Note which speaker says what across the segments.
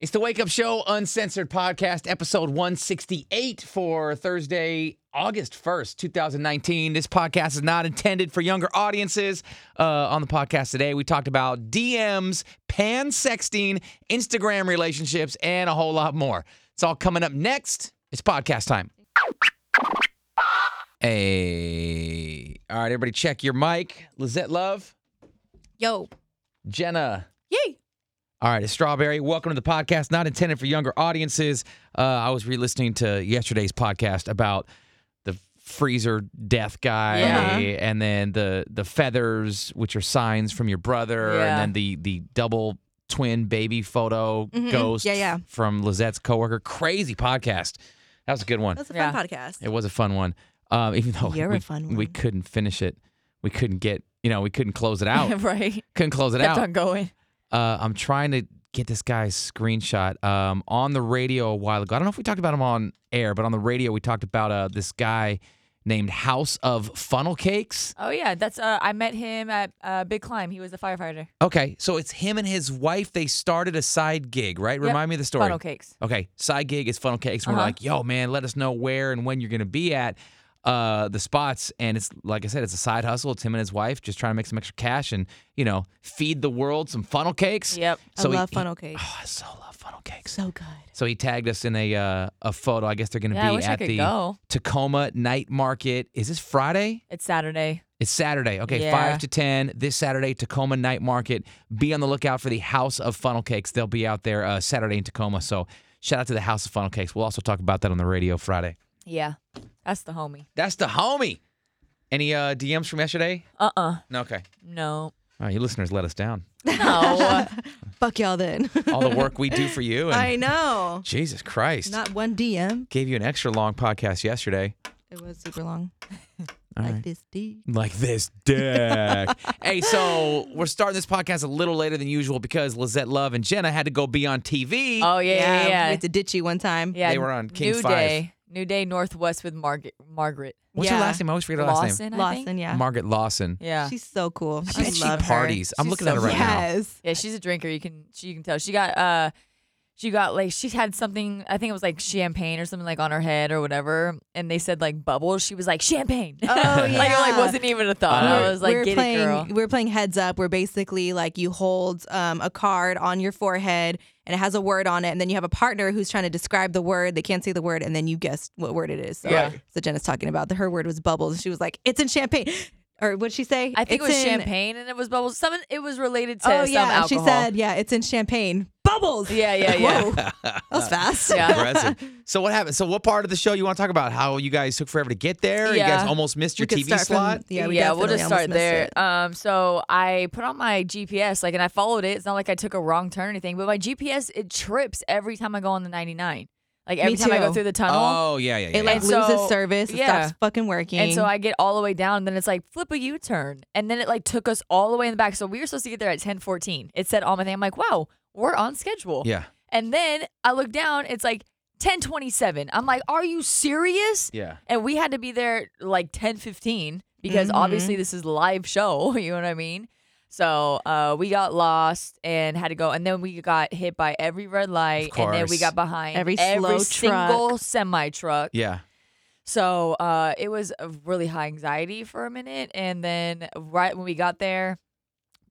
Speaker 1: It's the Wake Up Show Uncensored Podcast, episode 168 for Thursday, August 1st, 2019. This podcast is not intended for younger audiences. Uh, on the podcast today, we talked about DMs, pan sexting, Instagram relationships, and a whole lot more. It's all coming up next. It's podcast time. Hey. All right, everybody, check your mic. Lizette Love,
Speaker 2: Yo.
Speaker 1: Jenna.
Speaker 2: Yay.
Speaker 1: All right, it's Strawberry. Welcome to the podcast, not intended for younger audiences. Uh, I was re-listening to yesterday's podcast about the freezer death guy,
Speaker 3: Yeah.
Speaker 1: and then the the feathers, which are signs from your brother,
Speaker 3: Yeah.
Speaker 1: and then the the double twin baby photo ghost
Speaker 3: Mm-hmm. Yeah, yeah.
Speaker 1: from Lizette's coworker. Crazy podcast. That was a good one.
Speaker 3: That's a
Speaker 2: Yeah.
Speaker 3: fun podcast.
Speaker 1: It was a fun one, um, even though
Speaker 3: You're a
Speaker 1: we,
Speaker 3: fun
Speaker 1: we
Speaker 3: one.
Speaker 1: couldn't finish it. We couldn't get you know we couldn't close it out.
Speaker 3: right.
Speaker 1: couldn't close it
Speaker 3: Kept
Speaker 1: out.
Speaker 3: on going.
Speaker 1: Uh, I'm trying to get this guy's screenshot um, on the radio a while ago. I don't know if we talked about him on air, but on the radio we talked about uh, this guy named House of Funnel Cakes.
Speaker 3: Oh yeah, that's uh, I met him at uh, Big Climb. He was a firefighter.
Speaker 1: Okay, so it's him and his wife. They started a side gig, right?
Speaker 3: Yep.
Speaker 1: Remind me of the story.
Speaker 3: Funnel cakes.
Speaker 1: Okay, side gig is funnel cakes. We're
Speaker 3: Uh-huh.
Speaker 1: like, yo, man, let us know where and when you're gonna be at uh, the spots. And it's like I said, it's a side hustle. It's him and his wife just trying to make some extra cash and you know feed the world some funnel cakes.
Speaker 3: Yep.
Speaker 1: So
Speaker 3: I
Speaker 1: he-
Speaker 3: love
Speaker 1: he-
Speaker 3: funnel cakes.
Speaker 1: Oh, I so love funnel cakes.
Speaker 3: so good.
Speaker 1: So he tagged us in a uh, a photo. I guess they're going to
Speaker 3: Yeah, I
Speaker 1: be
Speaker 3: wish I
Speaker 1: at
Speaker 3: could
Speaker 1: the
Speaker 3: go.
Speaker 1: Tacoma Night Market. Is this Friday?
Speaker 3: It's Saturday.
Speaker 1: It's Saturday. Okay,
Speaker 3: Yeah.
Speaker 1: 5 to 10 this Saturday, Tacoma Night Market. Be on the lookout for the House of Funnel Cakes. They'll be out there uh, Saturday in Tacoma. So shout out to the House of Funnel Cakes. We'll also talk about that on the radio Friday.
Speaker 3: Yeah, that's the homie.
Speaker 1: That's the homie. Any uh, DMs from yesterday?
Speaker 3: Uh
Speaker 4: Uh-uh.
Speaker 3: uh
Speaker 1: No, okay.
Speaker 3: No.
Speaker 1: All right, you listeners let us down.
Speaker 3: No.
Speaker 4: Fuck y'all then.
Speaker 1: All the work we do for you. And
Speaker 4: I know.
Speaker 1: Jesus Christ.
Speaker 4: Not one DM.
Speaker 1: Gave you an extra long podcast yesterday.
Speaker 4: It was super long.
Speaker 1: All
Speaker 4: like
Speaker 1: right.
Speaker 4: this D.
Speaker 1: like this dick. hey, so we're starting this podcast a little later than usual because Lizette Love and Jenna had to go be on TV.
Speaker 3: oh yeah, yeah,
Speaker 4: We
Speaker 3: yeah.
Speaker 4: had to ditch you one time.
Speaker 3: Yeah,
Speaker 1: They were on King
Speaker 3: New
Speaker 1: Five.
Speaker 3: Day. New Day Northwest with Margaret. Margaret.
Speaker 1: What's her
Speaker 4: yeah.
Speaker 1: last name? I always forget her last
Speaker 3: Lawson. I think?
Speaker 4: Lawson, yeah.
Speaker 1: name. Margaret Lawson.
Speaker 3: Yeah.
Speaker 4: She's so cool.
Speaker 3: I
Speaker 4: I
Speaker 3: bet she
Speaker 4: love her.
Speaker 1: Parties. I'm
Speaker 3: She's
Speaker 1: looking
Speaker 3: so
Speaker 1: at her right now.
Speaker 4: yes.
Speaker 3: Yeah, she's a drinker. You can she can tell. She got uh she got like she had something I think it was like champagne or something like on her head or whatever. And they said like bubbles. She was like champagne. Oh like it like
Speaker 4: yeah.
Speaker 3: wasn't even a thought.
Speaker 1: Uh,
Speaker 3: I was like,
Speaker 4: we're
Speaker 3: get
Speaker 4: playing,
Speaker 3: it, girl.
Speaker 4: We're playing heads up. We're basically like you hold um, a card on your forehead and it has a word on it, and then you have a partner who's trying to describe the word. They can't say the word, and then you guess what word it is. So,
Speaker 3: Yeah.
Speaker 4: so Jenna's talking about the, her word was bubbles. She was like, "It's in champagne," or what'd she say?
Speaker 3: I think
Speaker 4: it's
Speaker 3: it was
Speaker 4: in-
Speaker 3: champagne and it was bubbles. Some it was related to
Speaker 4: Oh
Speaker 3: some
Speaker 4: yeah,
Speaker 3: alcohol.
Speaker 4: she said, "Yeah, it's in champagne bubbles."
Speaker 3: Yeah, yeah, yeah.
Speaker 4: Whoa, that was fast.
Speaker 3: Yeah.
Speaker 1: Impressive. So what happened? So what part of the show you want to talk about? How you guys took forever to get there? You
Speaker 3: Yeah.
Speaker 1: guys almost missed your
Speaker 4: We
Speaker 1: TV
Speaker 4: could start from-
Speaker 1: slot.
Speaker 4: yeah, we
Speaker 3: we'll
Speaker 4: definitely
Speaker 3: just start
Speaker 4: almost missed
Speaker 3: there.
Speaker 4: it.
Speaker 3: Um, so I put on my GPS, like, and I followed it. It's not like I took a wrong turn or anything, but my GPS it trips every time I go on the 99. Like every time I go
Speaker 4: too.
Speaker 3: through the tunnel.
Speaker 1: oh yeah, yeah, yeah.
Speaker 4: It like
Speaker 3: And so-
Speaker 4: loses service. It
Speaker 3: yeah.
Speaker 4: stops fucking working.
Speaker 3: And so I get all the way down, and then it's like flip a U turn, and then it like took us all the way in the back. So we were supposed to get there at ten fourteen. It said all my thing. I'm like, wow, we're on schedule.
Speaker 1: yeah.
Speaker 3: And then I look down, it's like ten twenty seven. I'm like, are you serious?
Speaker 1: Yeah.
Speaker 3: And we had to be there like ten fifteen because
Speaker 1: Mm-hmm.
Speaker 3: obviously this is live show. You know what I mean? So uh, we got lost and had to go, and then we got hit by every red light, and then we
Speaker 1: course.
Speaker 3: got behind
Speaker 4: Every
Speaker 3: every
Speaker 4: slow
Speaker 3: single semi truck.
Speaker 1: Yeah.
Speaker 3: So uh, it was a really high anxiety for a minute, and then right when we got there,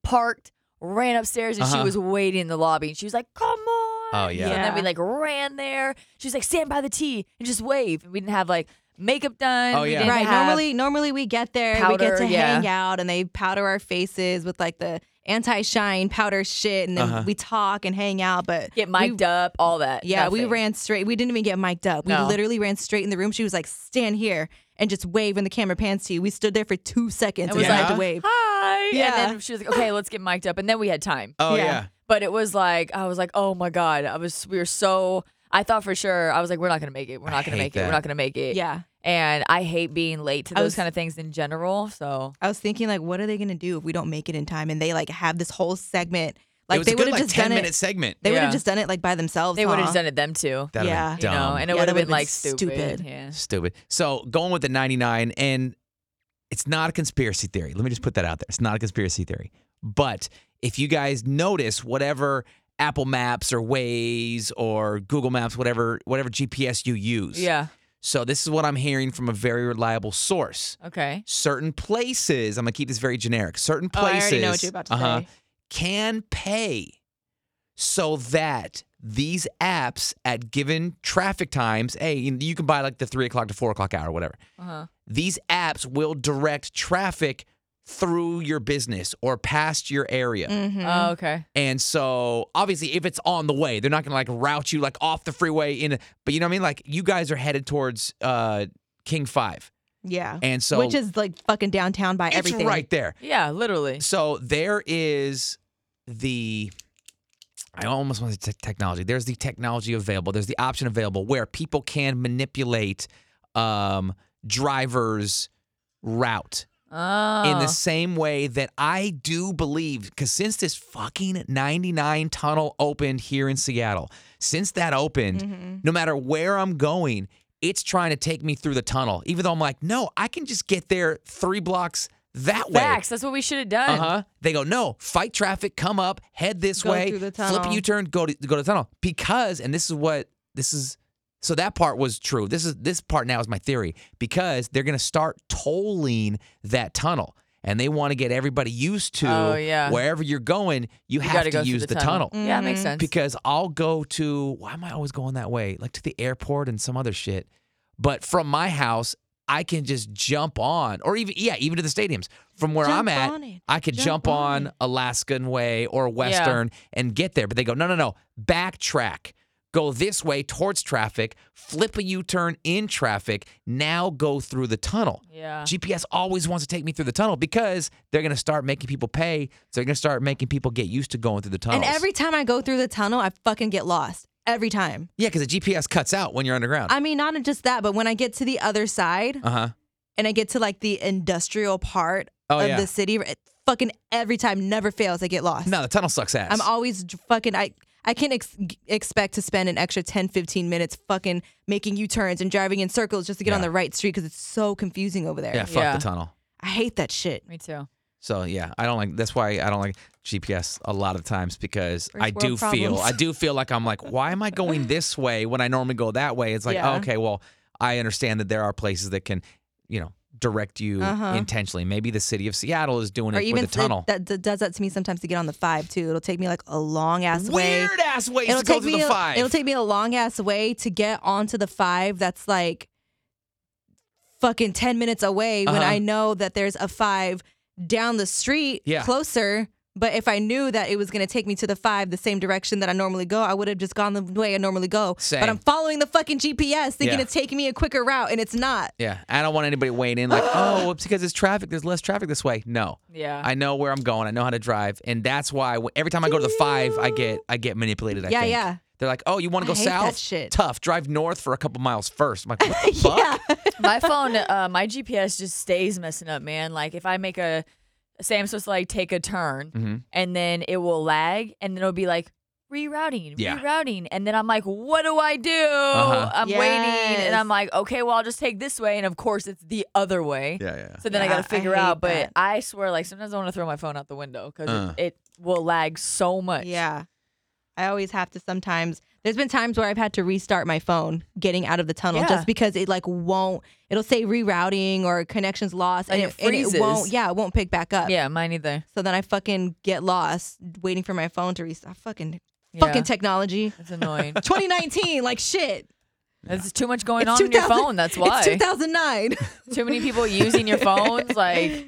Speaker 3: parked, ran upstairs, and
Speaker 1: Uh-huh.
Speaker 3: she was waiting in the lobby, and she was like, "Come on!"
Speaker 1: Oh, yeah.
Speaker 3: And then we
Speaker 4: Yeah.
Speaker 3: like ran there. She was like, "Stand by the T and just wave." And we didn't have like makeup done.
Speaker 1: Oh,
Speaker 3: We
Speaker 1: yeah.
Speaker 3: didn't
Speaker 4: right.
Speaker 3: have-
Speaker 4: Normally, normally we get there, we
Speaker 3: powder,
Speaker 4: get to
Speaker 3: yeah.
Speaker 4: hang out, and they powder our faces with like the anti-shine powder shit, and then
Speaker 1: Uh-huh.
Speaker 4: we talk and hang out. But
Speaker 3: get mic'd up, all that.
Speaker 4: yeah, we
Speaker 3: Nothing.
Speaker 4: ran straight. We didn't even get mic'd up.
Speaker 3: No.
Speaker 4: We literally ran straight in the room. She was like, "Stand here." And just wave when the camera pans to you. We stood there for two seconds.
Speaker 3: It
Speaker 4: and
Speaker 3: was
Speaker 4: then had
Speaker 1: like,
Speaker 4: to wave.
Speaker 3: Hi.
Speaker 4: Yeah.
Speaker 3: And then she was like, "Okay, let's get mic'd up," and then we had time.
Speaker 1: Oh yeah.
Speaker 4: Yeah.
Speaker 3: But it was like I was like, oh my god, I was we were so. I thought for sure I was like, we're not gonna make it. We're not gonna
Speaker 1: hate
Speaker 3: make it.
Speaker 1: that.
Speaker 3: We're not gonna make it.
Speaker 4: Yeah.
Speaker 3: And I hate being late to
Speaker 4: I
Speaker 3: those
Speaker 4: was-
Speaker 3: kind of things in general. So
Speaker 4: I was thinking like, what are they gonna do if we don't make it in time? And they like have this whole segment.
Speaker 1: it
Speaker 4: Like
Speaker 1: was
Speaker 4: they
Speaker 1: a good
Speaker 4: would have
Speaker 1: like
Speaker 4: just
Speaker 1: ten
Speaker 4: done
Speaker 1: minute
Speaker 4: it.
Speaker 1: segment.
Speaker 4: They would
Speaker 3: Yeah.
Speaker 4: have just done it like by themselves.
Speaker 3: they would have
Speaker 4: huh?
Speaker 3: just done it them too.
Speaker 1: That'd have been
Speaker 3: You know,
Speaker 1: dumb.
Speaker 3: and
Speaker 4: Yeah,
Speaker 3: it would
Speaker 4: that
Speaker 3: have
Speaker 4: would've
Speaker 3: been like
Speaker 4: been
Speaker 3: stupid.
Speaker 4: stupid.
Speaker 3: Yeah.
Speaker 1: Stupid. So going with the 99, and it's not a conspiracy theory. Let me just put that out there. It's not a conspiracy theory. But if you guys notice whatever Apple Maps or Waze or Google Maps, whatever whatever GPS you use.
Speaker 3: Yeah.
Speaker 1: So this is what I'm hearing from a very reliable source.
Speaker 3: Okay.
Speaker 1: Certain places, I'm gonna keep this very generic. Certain
Speaker 4: Oh,
Speaker 1: places
Speaker 4: I already know what you're about to
Speaker 1: uh-huh,
Speaker 4: say.
Speaker 1: can pay so that these apps at given traffic times, hey, you- you can buy like the three o'clock to four o'clock hour, whatever.
Speaker 3: Uh-huh.
Speaker 1: These apps will direct traffic through your business or past your area.
Speaker 4: Mhm.
Speaker 3: Oh, okay.
Speaker 1: And so obviously if it's on the way, they're not gonna like route you like off the freeway in but you know what I mean? Like you guys are headed towards uh King Five.
Speaker 4: yeah.
Speaker 1: And so
Speaker 4: which is like fucking downtown by
Speaker 1: it's
Speaker 4: everything.
Speaker 1: right there.
Speaker 3: Yeah, literally.
Speaker 1: So there is the I almost want to say technology. There's the technology available. There's the option available where people can manipulate um, drivers' route
Speaker 3: Oh.
Speaker 1: in the same way that I do believe, because since this fucking 99 tunnel opened here in Seattle, since that opened,
Speaker 3: Mm-hmm.
Speaker 1: no matter where I'm going, it's trying to take me through the tunnel. Even though I'm like, no, I can just get there three blocks that way.
Speaker 3: Facts. That's what we should have done.
Speaker 1: Uh huh. They go no, fight traffic, come up, head this
Speaker 4: Go
Speaker 1: way,
Speaker 4: through the
Speaker 1: flip a
Speaker 4: tunnel.
Speaker 1: U-turn, go to go to the tunnel because, and this is what this is. So that part was true. This is this part now is my theory because they're gonna start tolling that tunnel, and they want to get everybody used to.
Speaker 3: Oh, yeah.
Speaker 1: Wherever you're going, you,
Speaker 3: You
Speaker 1: have
Speaker 3: gotta
Speaker 1: to
Speaker 3: go through
Speaker 1: use the, tunnel.
Speaker 3: Yeah, it makes sense.
Speaker 1: Because I'll go to why am I always going that way? Like to the airport and some other shit. But from my house, I can just jump on, or even yeah, even to the stadiums. From where I'm
Speaker 4: Jump
Speaker 1: at,
Speaker 4: on it.
Speaker 1: I could jump,
Speaker 4: Jump
Speaker 1: on,
Speaker 4: on
Speaker 1: Alaskan Way or Western and get there. But they go, no, no, no, backtrack. Go this way towards traffic, flip a U turn in traffic, now go through the tunnel.
Speaker 3: Yeah.
Speaker 1: GPS always wants to take me through the tunnel because they're going to start making people pay. So they're going to start making people get used to going through the tunnels.
Speaker 4: And every time I go through the tunnel, I fucking get lost. Every time.
Speaker 1: Yeah, because the GPS cuts out when you're underground.
Speaker 4: I mean, not just that, but when I get to the other side
Speaker 1: Uh huh.
Speaker 4: and I get to like the industrial part
Speaker 1: Oh,
Speaker 4: of
Speaker 1: yeah.
Speaker 4: the city, it fucking every time never fails. I get lost.
Speaker 1: No, the tunnel sucks ass.
Speaker 4: I'm always dr- fucking I I can ex- expect to spend an extra 10 15 minutes fucking making U-turns and driving in circles just to get on
Speaker 1: Yeah.
Speaker 4: the right street cuz it's so confusing over there.
Speaker 1: yeah, fuck
Speaker 3: Yeah.
Speaker 1: the tunnel.
Speaker 4: I hate that shit.
Speaker 3: Me too.
Speaker 1: So yeah, I don't like. That's why I don't like GPS a lot of times because
Speaker 4: First
Speaker 1: I
Speaker 4: world
Speaker 1: do feel
Speaker 4: problems.
Speaker 1: I do feel like I'm like, why am I going this way when I normally go that way? It's like,
Speaker 4: Yeah.
Speaker 1: okay, well, I understand that there are places that can, you know, direct you
Speaker 4: Uh-huh.
Speaker 1: intentionally. Maybe the city of Seattle is doing
Speaker 4: Or
Speaker 1: it
Speaker 4: even
Speaker 1: with a tunnel.
Speaker 4: that, that does that to me sometimes to get on the 5 too. It'll take me like a long ass way.
Speaker 1: Weird ass ways
Speaker 4: It'll
Speaker 1: to go
Speaker 4: take
Speaker 1: through
Speaker 4: me
Speaker 1: the
Speaker 4: a-
Speaker 1: 5
Speaker 4: it'll take me a long ass way to get onto the 5 that's like fucking 10 minutes away when
Speaker 1: Uh-huh.
Speaker 4: I know that there's a 5 down the street
Speaker 1: Yeah.
Speaker 4: closer. But if I knew that it was going to take me to the 5 the same direction that I normally go, I would have just gone the way I normally go.
Speaker 1: Same.
Speaker 4: But I'm following the fucking GPS thinking
Speaker 1: Yeah.
Speaker 4: it's taking me a quicker route and it's not.
Speaker 1: yeah, I don't want anybody weighing in like, oh, it's because it's traffic. There's less traffic this way. No,
Speaker 3: Yeah.
Speaker 1: I know where I'm going. I know how to drive, and that's why w- every time I go to the five, I get I get manipulated. I
Speaker 4: Yeah,
Speaker 1: think.
Speaker 4: yeah.
Speaker 1: They're like, "Oh, you want
Speaker 4: I
Speaker 1: to go
Speaker 4: hate
Speaker 1: south?
Speaker 4: that shit.
Speaker 1: Tough. Drive north for a couple miles first. I'm like, what the fuck?
Speaker 3: my phone, uh, my GPS just stays messing up, man. Like if I make a, say I'm supposed to like take a turn,
Speaker 1: Mm-hmm.
Speaker 3: and then it will lag, and then it'll be like rerouting,
Speaker 1: Yeah.
Speaker 3: rerouting, and then I'm like, what do I do?
Speaker 1: Uh-huh.
Speaker 3: I'm waiting, and
Speaker 4: Yes.
Speaker 3: I'm like, okay, well I'll just take this way, and of course it's the other way.
Speaker 1: Yeah, yeah.
Speaker 3: So then I
Speaker 4: Yeah,
Speaker 3: got to
Speaker 4: I
Speaker 3: figure
Speaker 4: hate
Speaker 3: out, but
Speaker 4: that.
Speaker 3: I swear, like sometimes I want to throw my phone out the window because
Speaker 1: Uh.
Speaker 3: it, it will lag so much.
Speaker 4: Yeah. I always have to sometimes. There's been times where I've had to restart my phone getting out of the tunnel
Speaker 3: Yeah.
Speaker 4: just because it like won't it'll say rerouting or connections lost
Speaker 3: And
Speaker 4: and,
Speaker 3: it
Speaker 4: and
Speaker 3: freezes.
Speaker 4: won't yeah, it won't pick back up.
Speaker 3: yeah, mine either.
Speaker 4: So then I fucking get lost waiting for my phone to restart. Fucking
Speaker 3: Yeah.
Speaker 4: fucking technology.
Speaker 3: It's annoying.
Speaker 4: 2019 like shit.
Speaker 3: There's too much going
Speaker 4: It's
Speaker 3: on in your
Speaker 4: 2000
Speaker 3: phone. That's why.
Speaker 4: It's 2009.
Speaker 3: too many people using your phones, like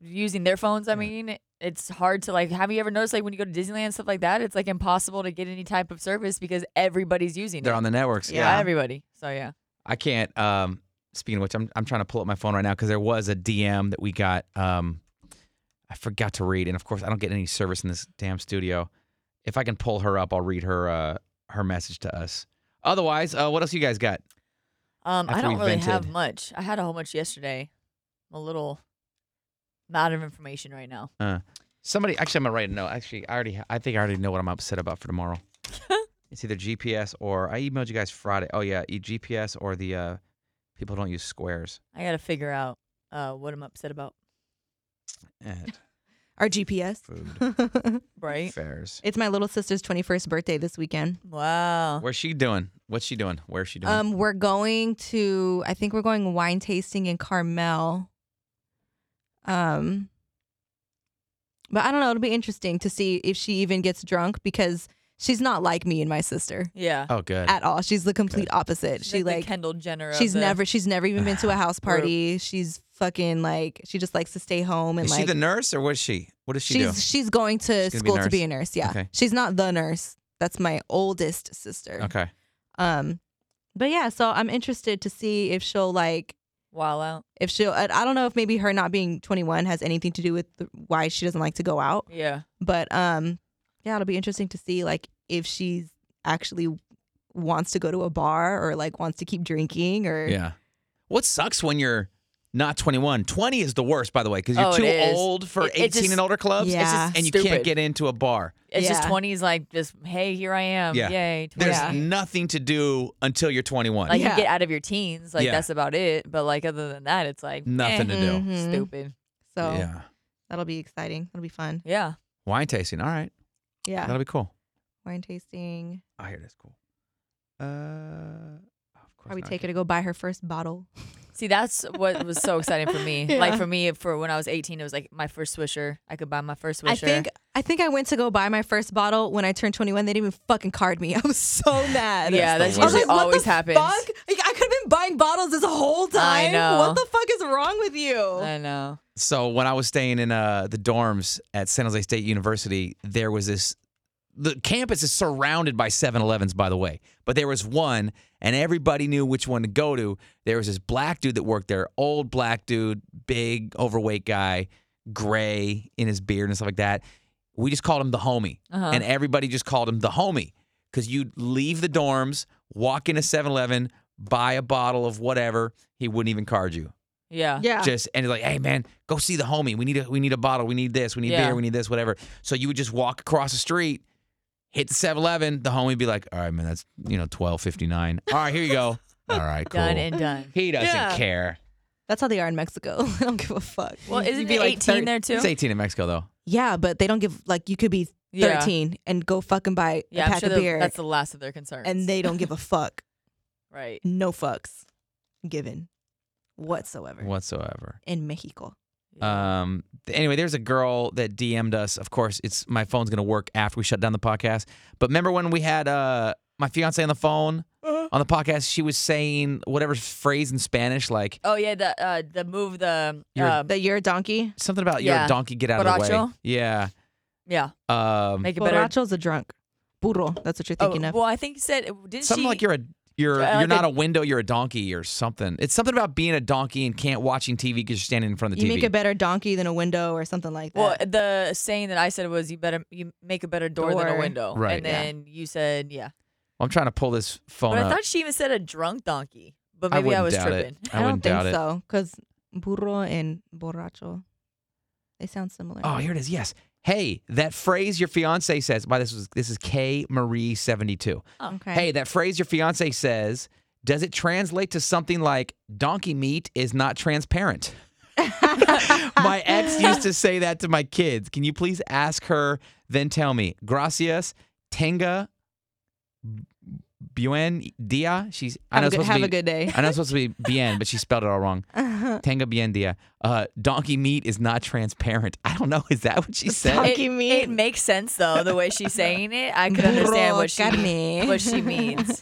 Speaker 3: using their phones. I mean, it's hard to like. Have you ever noticed like when you go to Disneyland and stuff like that? It's like impossible to get any type of service because everybody's using
Speaker 1: They're
Speaker 3: it.
Speaker 1: on the networks.
Speaker 3: yeah.
Speaker 1: Yeah.
Speaker 3: everybody. So yeah,
Speaker 1: I can't. Um, speaking of which, I'm I'm trying to pull up my phone right now because there was a DM that we got. Um, I forgot to read, and of course, I don't get any service in this damn studio. If I can pull her up, I'll read her uh, her message to us. Otherwise, uh, what else you guys got?
Speaker 3: Um, I
Speaker 1: After
Speaker 3: don't
Speaker 1: we
Speaker 3: really have
Speaker 1: vented.
Speaker 3: much. I had a whole bunch yesterday. I'm a little I'm out of information right now.
Speaker 1: Uh, somebody actually, I'm gonna write a note. Actually, I already, I think I already know what I'm upset about for tomorrow. it's either GPS or I emailed you guys Friday. Oh yeah, e- GPS or the uh, people don't use squares.
Speaker 3: I got to figure out uh, what I'm upset about.
Speaker 1: And
Speaker 4: Our GPS.
Speaker 1: food
Speaker 3: Right?
Speaker 1: fairs.
Speaker 4: It's my little sister's 21st birthday this weekend.
Speaker 3: Wow.
Speaker 1: Where's she doing? What's she doing? Where's she doing?
Speaker 4: Um, we're going to, I think we're going wine tasting in Carmel. Um, but I don't know. It'll be interesting to see if she even gets drunk because she's not like me and my sister
Speaker 3: Yeah.
Speaker 1: oh, good.
Speaker 4: at all. She's the complete opposite.
Speaker 3: She's
Speaker 4: she
Speaker 3: the
Speaker 4: like
Speaker 3: Kendall Jenner. of
Speaker 4: she's
Speaker 3: the-
Speaker 4: never she's never even been to a house party. She's fucking like she just likes to stay home and
Speaker 1: is
Speaker 4: like
Speaker 1: she the nurse or what is she? What does she
Speaker 4: she's she's going to
Speaker 1: She's gonna be
Speaker 4: school
Speaker 1: a
Speaker 4: to be a nurse. Yeah,
Speaker 1: Okay.
Speaker 4: she's not the nurse. That's my oldest sister.
Speaker 1: do? Okay.
Speaker 4: Um, but yeah, so I'm interested to see if she'll like
Speaker 3: Wild out.
Speaker 4: if she'll. I I don't know if maybe her not being 21 has anything to do with the, why she doesn't like to go out.
Speaker 3: Yeah.
Speaker 4: But um, yeah, it'll be interesting to see like if she's actually wants to go to a bar or like wants to keep drinking or
Speaker 1: Yeah. What sucks when you're not 21? 20 is the worst, by the way, because you're
Speaker 3: Oh, it
Speaker 1: too
Speaker 3: is.
Speaker 1: old for
Speaker 3: It- it
Speaker 1: 18
Speaker 3: just-
Speaker 1: and older clubs,
Speaker 4: Yeah. It's just
Speaker 1: and you
Speaker 3: stupid.
Speaker 1: can't get into a bar.
Speaker 3: It's just
Speaker 4: Yeah.
Speaker 3: 20s like just hey, here I am.
Speaker 1: Yeah.
Speaker 3: Yay. 20.
Speaker 1: There's
Speaker 4: Yeah.
Speaker 1: nothing to do until you're 21.
Speaker 3: Like you
Speaker 4: Yeah.
Speaker 3: get out of your teens, like
Speaker 1: Yeah.
Speaker 3: that's about it. But like other than that, it's like
Speaker 1: nothing
Speaker 3: eh,
Speaker 1: to do.
Speaker 4: Mhm.
Speaker 3: stupid.
Speaker 4: So
Speaker 1: Yeah.
Speaker 4: that'll be exciting. That'll be fun.
Speaker 3: Yeah.
Speaker 1: Wine tasting. All right.
Speaker 4: Yeah,
Speaker 1: That'll be cool.
Speaker 4: wine tasting.
Speaker 1: I hear that's cool. Uh, of course.
Speaker 4: Probably
Speaker 1: not.
Speaker 4: take her to go buy her first bottle.
Speaker 3: See, that's what was so exciting for me.
Speaker 4: Yeah.
Speaker 3: Like for me, for when I was 18, it was like my first swisher. I could buy my first swisher.
Speaker 4: I think I think I went to go buy my first bottle when I turned 21. They didn't even fucking card me. I was so mad.
Speaker 3: yeah,
Speaker 1: That's
Speaker 3: that's
Speaker 1: the
Speaker 4: I was
Speaker 3: usually
Speaker 4: like, what
Speaker 3: always
Speaker 4: the
Speaker 3: happens.
Speaker 4: Fuck? Like, I could have been buying bottles this whole time.
Speaker 3: know.
Speaker 4: What the fuck is wrong with you?
Speaker 3: I know.
Speaker 1: So when I was staying in uh, the dorms at San Jose State University, there was this. The campus is surrounded by 7-Elevens, by the way, but there was one, and everybody knew which one to go to. There was this black dude that worked there, old black dude, big overweight guy, gray in his beard and stuff like that. We just called him the homie,
Speaker 3: Uh-huh.
Speaker 1: and everybody just called him the homie because you'd leave the dorms, walk into 7-Eleven, buy a bottle of whatever, he wouldn't even card you
Speaker 3: Yeah.
Speaker 4: Yeah.
Speaker 1: just and like, hey man, go see the homie. We need a we need a bottle. We need this. We need
Speaker 3: Yeah.
Speaker 1: beer. We need this. Whatever. So you would just walk across the street, hit the 7-Eleven. The homie would be like, all right man, that's you know twelve fifty nine. All right, here you go. all right, cool.
Speaker 3: Done and done.
Speaker 1: he doesn't
Speaker 3: Yeah.
Speaker 1: care.
Speaker 4: That's how they are in Mexico. I don't give a fuck.
Speaker 3: Well,
Speaker 4: You
Speaker 3: isn't
Speaker 4: be
Speaker 3: it
Speaker 4: like
Speaker 3: 18
Speaker 4: thirty-
Speaker 3: there too?
Speaker 1: It's eighteen in Mexico though.
Speaker 4: Yeah, but they don't give like you could be
Speaker 3: Yeah.
Speaker 4: 13 and go fucking buy
Speaker 3: Yeah,
Speaker 4: a
Speaker 3: I'm
Speaker 4: pack
Speaker 3: sure
Speaker 4: of
Speaker 3: the-
Speaker 4: beer,
Speaker 3: that's the last of their concerns.
Speaker 4: and they don't give a fuck.
Speaker 3: right.
Speaker 4: No fucks given whatsoever
Speaker 1: Whatsoever.
Speaker 4: in Mexico.
Speaker 1: Um. Anyway, there's a girl that DM'd us. Of course, it's my phone's gonna work after we shut down the podcast. But remember when we had uh my fiance on the phone
Speaker 3: Uh-huh.
Speaker 1: on the podcast? She was saying whatever phrase in Spanish like.
Speaker 3: Oh yeah, the uh, the move the
Speaker 1: You're-
Speaker 3: um,
Speaker 4: That you're a donkey.
Speaker 1: Something about your
Speaker 3: Yeah.
Speaker 1: donkey get out of the way.
Speaker 3: Borracho?
Speaker 1: Yeah.
Speaker 3: yeah,
Speaker 1: Um
Speaker 3: make it better.
Speaker 4: Borracho's a drunk. Burro. That's what you're
Speaker 3: Oh,
Speaker 4: thinking of.
Speaker 3: well, I think you said didn't
Speaker 1: something
Speaker 3: she?
Speaker 1: like you're a you're
Speaker 3: Uh,
Speaker 1: you're
Speaker 3: like
Speaker 1: not
Speaker 3: a-
Speaker 1: a window, you're a donkey or something. It's something about being a donkey and can't watching TV because you're standing in front of the
Speaker 4: You
Speaker 1: TV.
Speaker 4: make a better donkey than a window or something like that.
Speaker 3: well, the saying that I said was you better you make a better door, than a
Speaker 4: Door.
Speaker 3: window,
Speaker 1: Right,
Speaker 3: And
Speaker 1: yeah.
Speaker 3: then you said yeah,
Speaker 1: I'm trying to pull this phone
Speaker 3: but I
Speaker 1: up.
Speaker 3: thought she even said a drunk donkey, but
Speaker 1: I
Speaker 3: maybe I,
Speaker 1: wouldn't
Speaker 3: was
Speaker 1: doubt it.
Speaker 3: tripping.
Speaker 1: I, wouldn't
Speaker 4: don't think
Speaker 1: doubt it.
Speaker 4: so because burro and borracho, they sound similar.
Speaker 1: Oh, here it is. Yes. Hey, that phrase your fiance says. Why this was this is K Marie seventy two.
Speaker 4: okay.
Speaker 1: Hey, that phrase your fiance says. Does it translate to something like donkey meat is not transparent? my ex used to say that to my kids. Can you please ask her, then tell me? Gracias, tenga, buen dia. She's I
Speaker 4: have,
Speaker 1: know
Speaker 4: a
Speaker 1: it's
Speaker 4: good,
Speaker 1: supposed to
Speaker 4: have a
Speaker 1: be-
Speaker 4: good day.
Speaker 1: I know it's supposed to be bien, but she spelled it all wrong. Tenga bien dia. Uh, donkey meat is not transparent. I don't know. Is that what she said?
Speaker 4: Donkey
Speaker 3: It,
Speaker 4: meat.
Speaker 3: it makes sense though the way she's saying it. I could understand what she
Speaker 4: Burro
Speaker 3: what she means.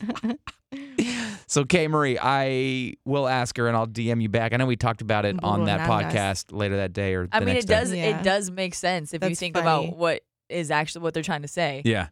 Speaker 1: So, Kay Marie, I will ask her and I'll DM you back. I know we talked about it on that
Speaker 4: Buenas.
Speaker 1: podcast later that day or
Speaker 3: I
Speaker 1: the
Speaker 3: mean,
Speaker 1: next
Speaker 3: it
Speaker 1: day.
Speaker 3: does
Speaker 4: Yeah.
Speaker 3: it does make sense if you
Speaker 4: That's
Speaker 3: think
Speaker 4: funny.
Speaker 3: about what is actually what they're trying to say.
Speaker 1: Yeah.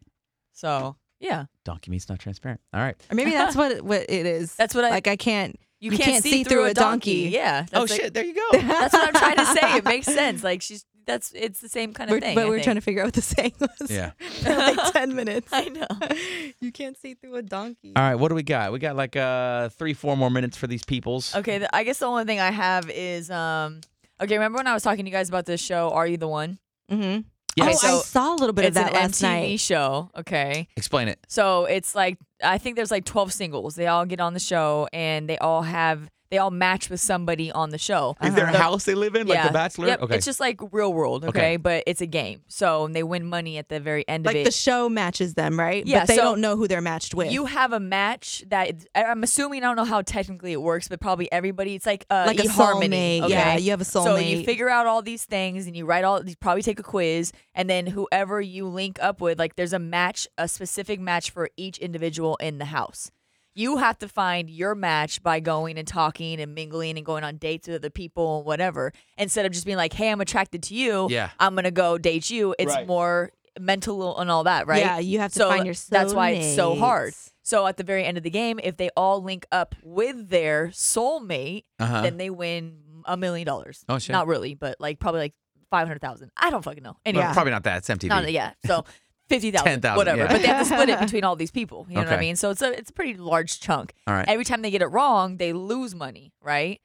Speaker 3: So yeah,
Speaker 1: Donkey meat's not transparent. All right.
Speaker 4: Or maybe that's what it, what it is.
Speaker 3: That's what I-
Speaker 4: like. I can't.
Speaker 3: you, can't, see, through, a donkey. Yeah. That's
Speaker 1: oh,
Speaker 3: like-
Speaker 1: shit. There you go.
Speaker 3: That's what I'm trying to say. It makes sense. Like she's that's it's the same kind of
Speaker 4: We're,
Speaker 3: thing.
Speaker 4: but we we're trying to figure out what the saying was.
Speaker 1: Yeah.
Speaker 4: for like ten minutes.
Speaker 3: I know.
Speaker 4: you can't see through a donkey.
Speaker 1: All right, what do we got? We got like uh three, four more minutes for these peoples.
Speaker 3: Okay, the, I guess the only thing I have is um. Okay, remember when I was talking to you guys about this show? Are you the one?
Speaker 4: Mm-hmm.
Speaker 1: Yes.
Speaker 4: oh, I
Speaker 3: so
Speaker 4: saw a little bit of
Speaker 3: it's
Speaker 4: that
Speaker 3: an
Speaker 4: last
Speaker 3: MTV
Speaker 4: night.
Speaker 3: show. Okay,
Speaker 1: Explain it.
Speaker 3: so it's like I think there's like 12 singles. They all get on the show and they all have they all match with somebody on the show.
Speaker 1: Is
Speaker 4: Uh-huh.
Speaker 1: there a house they live in, like
Speaker 3: Uh-huh.
Speaker 1: The
Speaker 3: yeah.
Speaker 1: Bachelor?
Speaker 3: Yep.
Speaker 1: Okay.
Speaker 3: It's just like real world, okay?
Speaker 1: Okay.
Speaker 3: But it's a game. So and they win money at the very end of
Speaker 4: Like
Speaker 3: it.
Speaker 4: the show matches them, right?
Speaker 3: Yeah,
Speaker 4: But they
Speaker 3: so
Speaker 4: don't know who they're matched with.
Speaker 3: You have a match that I- I'm assuming I don't know how technically it works, but probably everybody. It's like uh,
Speaker 4: Like a
Speaker 3: harmony.
Speaker 4: soulmate, yeah, you have a
Speaker 3: So you
Speaker 4: soulmate.
Speaker 3: figure out all these things, and you write all. You probably take a quiz, and then whoever you link up with, like there's a match, a specific match for each individual in the house. You have to find your match by going and talking and mingling and going on dates with other people and whatever. Instead of just being like, "Hey, I'm attracted to you.
Speaker 1: Yeah.
Speaker 3: I'm gonna go date you." It's more mental and all that, right?
Speaker 4: Yeah, you have to
Speaker 3: so uh,
Speaker 4: find your
Speaker 3: That's why it's so hard.
Speaker 4: soulmates.
Speaker 3: So at the very end of the game, if they all link up with their soulmate,
Speaker 1: Uh-huh.
Speaker 3: then they win a million dollars.
Speaker 1: Oh, shit.
Speaker 3: Not really, but like probably like five hundred thousand. I don't fucking know. Anyway,
Speaker 1: Well, Probably not that. It's MTV.
Speaker 3: not yeah. So fifty thousand,
Speaker 1: 10,000,
Speaker 3: whatever.
Speaker 1: yeah.
Speaker 3: But they have to split it between all these people. You know what I
Speaker 1: Okay.
Speaker 3: mean? So it's a it's a pretty large chunk.
Speaker 1: All right.
Speaker 3: Every time they get it wrong, they lose money, right?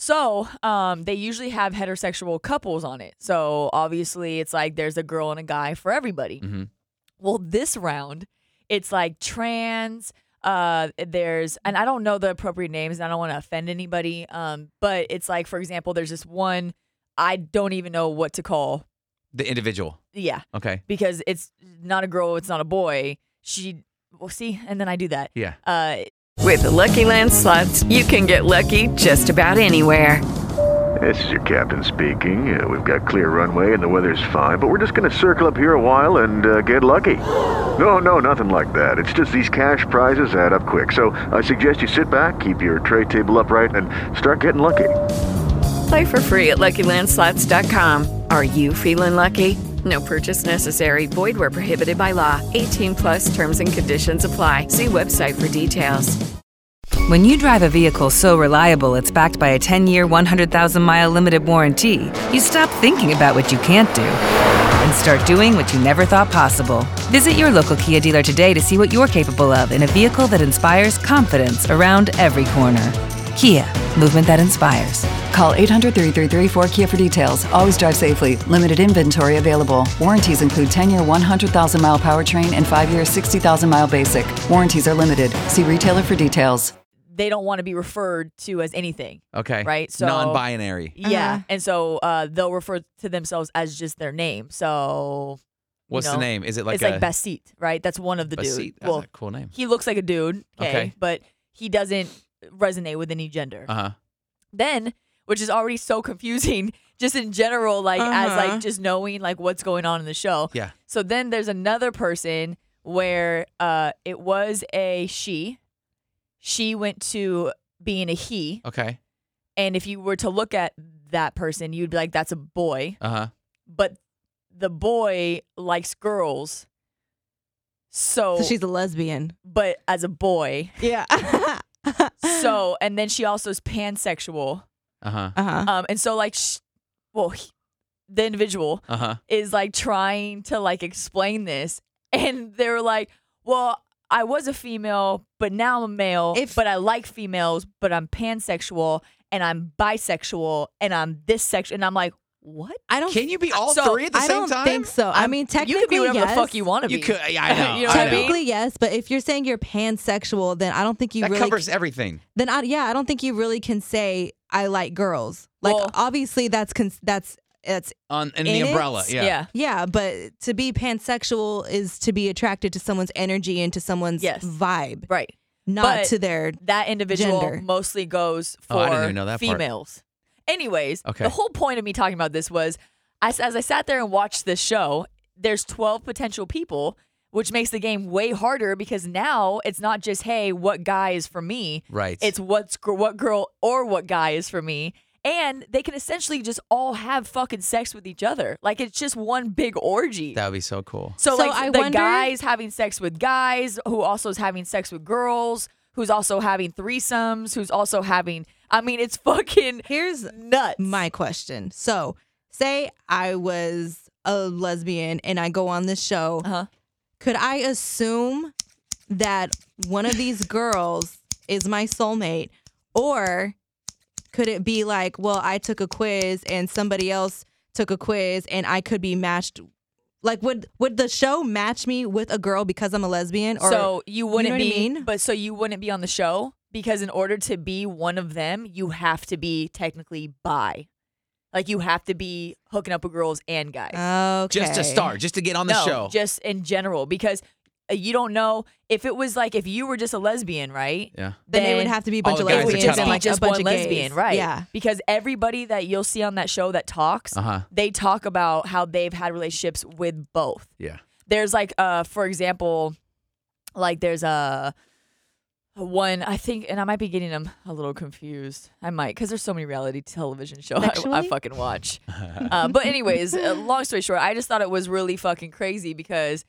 Speaker 3: So um, they usually have heterosexual couples on it. So obviously, it's like there's a girl and a guy for everybody.
Speaker 1: Mhm.
Speaker 3: Well, this round, it's like trans. Uh, there's and I don't know the appropriate names. And I don't want to offend anybody. Um, but it's like for example, there's this one I don't even know what to call.
Speaker 1: The individual.
Speaker 3: Yeah,
Speaker 1: Okay.
Speaker 3: because it's not a girl, it's not a boy. She well, see, and then I do that.
Speaker 1: Yeah.
Speaker 3: Uh,
Speaker 5: With the Lucky Land slots, you can get lucky just about anywhere.
Speaker 6: This is your captain speaking. Uh, we've got clear runway and the weather's fine, but we're just going to circle up here a while and uh, get lucky. No, no, nothing like that. It's just these cash prizes add up quick. So I suggest you sit back, keep your tray table upright, and start getting lucky.
Speaker 5: Play for free at LuckyLandSlots.com. Are you feeling lucky? No purchase necessary. Void where prohibited by law. 18 plus terms and conditions apply. See website for details.
Speaker 7: When you drive a vehicle so reliable it's backed by a 10 year, 100,000 mile limited warranty, you stop thinking about what you can't do and start doing what you never thought possible. Visit your local Kia dealer today to see what you're capable of in a vehicle that inspires confidence around every corner. Kia, movement that inspires.
Speaker 8: Call 800 333 4KIA for details. Always drive safely. Limited inventory available. Warranties include 10 year 100,000 mile powertrain and 5 year 60,000 mile basic. Warranties are limited. See retailer for details.
Speaker 3: they don't want to be referred to as anything.
Speaker 1: Okay.
Speaker 3: Right, so-
Speaker 1: non-binary.
Speaker 3: Yeah,
Speaker 4: Uh-huh.
Speaker 3: and so uh, they'll refer to themselves as just their name. So you
Speaker 1: What's the
Speaker 3: know,
Speaker 1: name? Is it like
Speaker 3: it's
Speaker 1: a
Speaker 3: like Basit, right? That's one of the
Speaker 1: Basit?
Speaker 3: dudes.
Speaker 1: That's
Speaker 3: Well,
Speaker 1: a cool name.
Speaker 3: he looks like a dude, okay,
Speaker 1: Okay.
Speaker 3: but he doesn't resonate with any gender.
Speaker 1: Uh huh.
Speaker 3: then which is already so confusing just in general like as
Speaker 1: Uh-huh.
Speaker 3: like just knowing like what's going on in the show
Speaker 1: Yeah.
Speaker 3: so then there's another person where uh it was a she she went to being a he
Speaker 1: Okay.
Speaker 3: and if you were to look at that person you'd be like that's a boy
Speaker 1: Uh huh.
Speaker 3: but the boy likes girls so,
Speaker 4: so she's a lesbian.
Speaker 3: but as a boy
Speaker 4: Yeah. uh
Speaker 3: so and then she also is pansexual
Speaker 1: Uh huh.
Speaker 4: huh.
Speaker 3: um and so like sh- well he, the individual
Speaker 1: Uh huh.
Speaker 3: is like trying to like explain this and they're like well i was a female but now i'm a male
Speaker 4: If-
Speaker 3: but i like females but i'm pansexual and i'm bisexual and i'm this sexual and i'm like what
Speaker 4: I don't.
Speaker 1: Can you be all
Speaker 3: So,
Speaker 1: three at the
Speaker 4: I
Speaker 1: same
Speaker 4: don't
Speaker 1: time?
Speaker 4: think so. I
Speaker 3: I'm-
Speaker 4: mean,
Speaker 3: you could
Speaker 4: technically,
Speaker 3: be whatever
Speaker 4: yes.
Speaker 3: the fuck you want to be
Speaker 1: You could. Yeah, I know.
Speaker 3: You know what I mean?
Speaker 4: Technically, yes, but if you're saying you're pansexual, then I don't think you
Speaker 1: That
Speaker 4: really
Speaker 1: covers everything.
Speaker 4: then I, yeah, I don't think you really can say I like girls. Like
Speaker 3: Well-
Speaker 4: obviously that's cons- that's that's
Speaker 1: On in,
Speaker 4: In
Speaker 1: the
Speaker 4: it?
Speaker 1: umbrella. Yeah.
Speaker 3: yeah
Speaker 4: yeah, but to be pansexual is to be attracted to someone's energy and to someone's
Speaker 3: Yes.
Speaker 4: vibe,
Speaker 3: right
Speaker 4: not
Speaker 3: But-
Speaker 4: to their
Speaker 3: that individual
Speaker 4: Gender.
Speaker 3: mostly goes for
Speaker 1: Oh, I didn't even know that part.
Speaker 3: females. Anyways,
Speaker 1: Okay.
Speaker 3: the whole point of me talking about this was I, as I sat there and watched this show, there's 12 potential people, which makes the game way harder because now it's not just, hey, what guy is for me.
Speaker 1: Right.
Speaker 3: It's what's gr- what girl or what guy is for me. And they can essentially just all have fucking sex with each other. Like it's just one big orgy.
Speaker 1: That would be so cool.
Speaker 3: So,
Speaker 4: So
Speaker 3: like
Speaker 4: I
Speaker 3: the
Speaker 4: wonder-
Speaker 3: guys having sex with guys, who also is having sex with girls, who's also having threesomes, who's also having. I mean, it's fucking
Speaker 4: Here's
Speaker 3: nuts.
Speaker 4: my question. So, say I was a lesbian and I go on this show,
Speaker 3: Uh-huh.
Speaker 4: could I assume that one of these girls is my soulmate? Or could it be like, well, I took a quiz and somebody else took a quiz and I could be matched? Like, would would the show match me with a girl because I'm a lesbian? Or
Speaker 3: so you wouldn't
Speaker 4: know what I
Speaker 3: be,
Speaker 4: mean?
Speaker 3: but so you wouldn't be on the show because in order to be one of them, you have to be technically bi. Like you have to be hooking up with girls and guys.
Speaker 4: okay,
Speaker 1: Just to start, just to get Uh, on the
Speaker 3: no,
Speaker 1: show.
Speaker 3: just in general because uh, you don't know if it was like if you were just a lesbian, right?
Speaker 1: yeah.
Speaker 4: then, it would have to be a bunch
Speaker 1: all
Speaker 4: of
Speaker 1: the guys are
Speaker 4: lesbians
Speaker 1: cut
Speaker 4: and
Speaker 1: off.
Speaker 4: like
Speaker 3: just
Speaker 4: a bunch
Speaker 3: one
Speaker 4: of gays.
Speaker 3: lesbian, right?
Speaker 4: Yeah.
Speaker 3: Because everybody that you'll see on that show that talks,
Speaker 1: Uh-huh.
Speaker 3: they talk about how they've had relationships with both.
Speaker 1: Yeah.
Speaker 3: There's like, uh, for example, like there's a one I think, and I might be getting them a little confused. I might because there's so many reality television shows I, I
Speaker 4: Sexually?
Speaker 3: fucking watch. uh, but anyways, uh, long story short, I just thought it was really fucking crazy because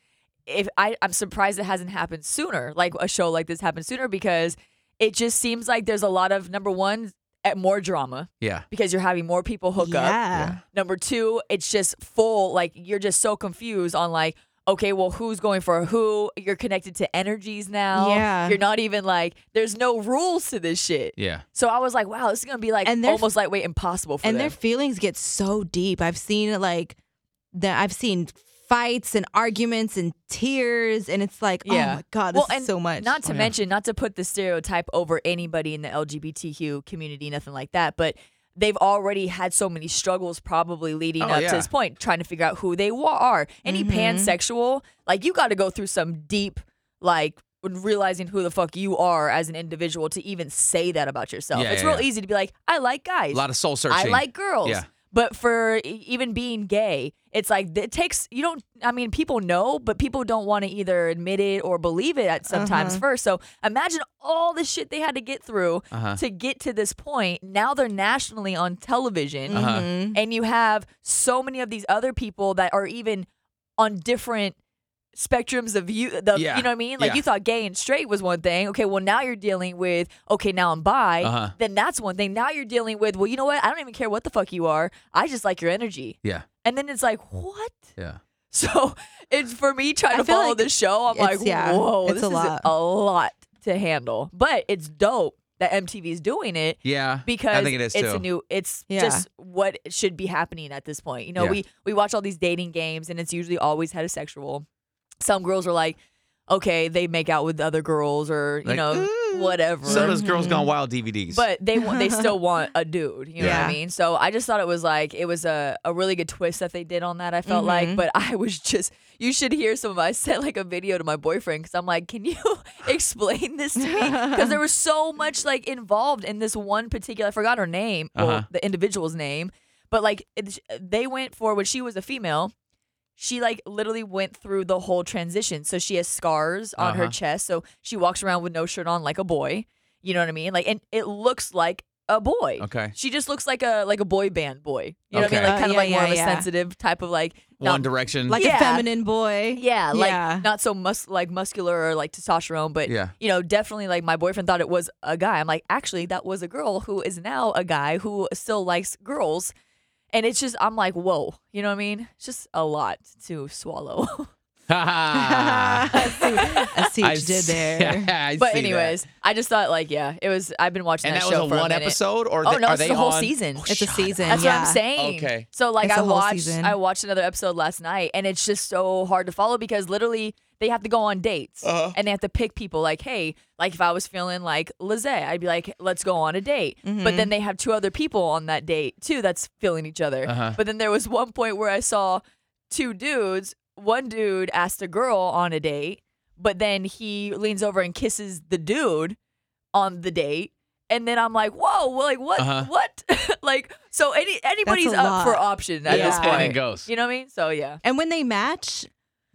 Speaker 3: if I, I'm surprised it hasn't happened sooner. Like a show like this happened sooner because it just seems like there's a lot of number one, eh, more drama
Speaker 1: Yeah.
Speaker 3: because you're having more people hook up.
Speaker 4: Yeah.
Speaker 3: Number two, it's just full. Like you're just so confused on like, okay, well, who's going for who? You're connected to energies now.
Speaker 4: Yeah.
Speaker 3: You're not even like, there's no rules to this shit.
Speaker 1: Yeah.
Speaker 3: So I was like, wow, this is gonna be like
Speaker 4: And they're-
Speaker 3: almost like wait impossible for
Speaker 4: and
Speaker 3: them.
Speaker 4: their feelings get so deep. I've seen like that. I've seen fights and arguments and tears, and it's like, oh my god, this
Speaker 3: well, and
Speaker 4: is so much.
Speaker 1: Oh,
Speaker 3: Not to mention, not to put the stereotype over anybody in the LGBTQ community, nothing like that, but they've already had so many struggles probably leading
Speaker 1: Oh,
Speaker 3: up
Speaker 1: yeah.
Speaker 3: to this point, trying to figure out who they wa- are. Any
Speaker 4: Mm-hmm.
Speaker 3: pansexual, like you got to go through some deep, like, when realizing who the fuck you are as an individual to even say that about yourself.
Speaker 1: Yeah,
Speaker 3: it's
Speaker 1: yeah,
Speaker 3: real
Speaker 1: yeah.
Speaker 3: easy to be like, I like guys.
Speaker 1: A lot of soul searching.
Speaker 3: I like girls.
Speaker 1: Yeah.
Speaker 3: But for e- even being gay, it's like it takes you don't I mean people know, but people don't want to either admit it or believe it at sometimes first. So imagine all the shit they had to get through
Speaker 1: Uh-huh.
Speaker 3: to get to this point. Now they're nationally on television
Speaker 1: Uh-huh.
Speaker 3: and you have so many of these other people that are even on different spectrums of you the
Speaker 1: Yeah.
Speaker 3: you know what I mean? Like
Speaker 1: Yeah.
Speaker 3: you thought gay and straight was one thing. Okay, well now you're dealing with okay, now I'm bi.
Speaker 1: Uh-huh.
Speaker 3: Then that's one thing. Now you're dealing with well, you know what? I don't even care what the fuck you are. I just like your energy.
Speaker 1: Yeah.
Speaker 3: And then it's like, what?
Speaker 1: Yeah.
Speaker 3: So it's for me trying
Speaker 4: I
Speaker 3: to
Speaker 4: feel
Speaker 3: follow
Speaker 4: like
Speaker 3: this show. I'm
Speaker 4: it's-
Speaker 3: like,
Speaker 4: yeah,
Speaker 3: whoa,
Speaker 4: it's
Speaker 3: this
Speaker 4: a
Speaker 3: is
Speaker 4: lot.
Speaker 3: a lot to handle. But it's dope that MTV's doing it
Speaker 1: Yeah.
Speaker 3: because
Speaker 1: I think it is
Speaker 3: it's
Speaker 1: too.
Speaker 3: a new it's
Speaker 4: Yeah.
Speaker 3: just what should be happening at this point you know
Speaker 1: Yeah.
Speaker 3: we we watch all these dating games and it's usually always heterosexual some girls are like okay they make out with other girls or you
Speaker 1: Like,
Speaker 3: know whatever
Speaker 1: so does Girls Gone Wild DVDs.
Speaker 3: Mm-hmm. but they want they still want a dude you know what
Speaker 4: Yeah.
Speaker 3: i mean so i just thought it was like it was a, a really good twist that they did on that i felt
Speaker 1: Mm-hmm.
Speaker 3: like but i was just you should hear some of i sent like a video to my boyfriend because i'm like can you explain this to me because there was so much like involved in this one particular i forgot her name
Speaker 1: Uh-huh.
Speaker 3: well, the individual's name but like it, they went for when she was a female she like literally went through the whole transition. So she has scars on her
Speaker 1: Uh-huh.
Speaker 3: chest. So she walks around with no shirt on like a boy. You know what I mean? Like and it looks like a boy.
Speaker 1: Okay.
Speaker 3: She just looks like a like a boy band boy. You know what I mean?
Speaker 1: Okay.
Speaker 3: Like
Speaker 4: Oh,
Speaker 3: kind of
Speaker 4: yeah,
Speaker 3: like more
Speaker 4: yeah,
Speaker 3: of a
Speaker 4: yeah.
Speaker 3: sensitive type of like not-
Speaker 1: One Direction.
Speaker 4: like
Speaker 3: Yeah.
Speaker 4: a feminine boy.
Speaker 3: yeah, like
Speaker 4: yeah.
Speaker 3: not so mus- like muscular or like testosterone, but
Speaker 1: Yeah.
Speaker 3: you know, definitely like my boyfriend thought it was a guy. I'm like, actually, that was a girl who is now a guy who still likes girls, and it's just I'm like, whoa, you know what I mean? It's just a lot to swallow.
Speaker 1: I
Speaker 4: I see what you did
Speaker 1: see-
Speaker 4: there.
Speaker 1: I see
Speaker 3: but
Speaker 1: that.
Speaker 3: anyways, I just thought like, yeah, it was. I've been watching
Speaker 1: And that
Speaker 3: that,
Speaker 1: was
Speaker 3: show
Speaker 1: a
Speaker 3: for a
Speaker 1: one
Speaker 3: minute.
Speaker 1: episode, or
Speaker 3: oh
Speaker 1: they-
Speaker 3: no,
Speaker 1: are
Speaker 3: it's
Speaker 1: they
Speaker 3: the whole
Speaker 1: on-
Speaker 3: season.
Speaker 1: Oh,
Speaker 4: It's a
Speaker 1: shut
Speaker 4: season.
Speaker 3: That's
Speaker 4: yeah.
Speaker 3: what I'm saying.
Speaker 1: Okay.
Speaker 3: So like
Speaker 4: It's
Speaker 3: I
Speaker 4: a whole
Speaker 3: watched
Speaker 4: season.
Speaker 3: I watched another episode last night and it's just so hard to follow because literally they have to go on dates and they have to pick people like, hey, like if I was feeling like Lizette, I'd be like, let's go on a date.
Speaker 4: Mm-hmm.
Speaker 3: But then they have two other people on that date too that's feeling each other. But then there was one point where I saw two dudes. One dude asked a girl on a date, but then he leans over and kisses the dude on the date. And then I'm like, whoa, well, like what,
Speaker 1: Uh-huh.
Speaker 3: what, like so any anybody's
Speaker 4: a
Speaker 3: up
Speaker 4: lot.
Speaker 3: for option at this
Speaker 4: Yeah.
Speaker 3: point.
Speaker 1: And it goes.
Speaker 3: You know what I mean? So yeah.
Speaker 4: And when they match,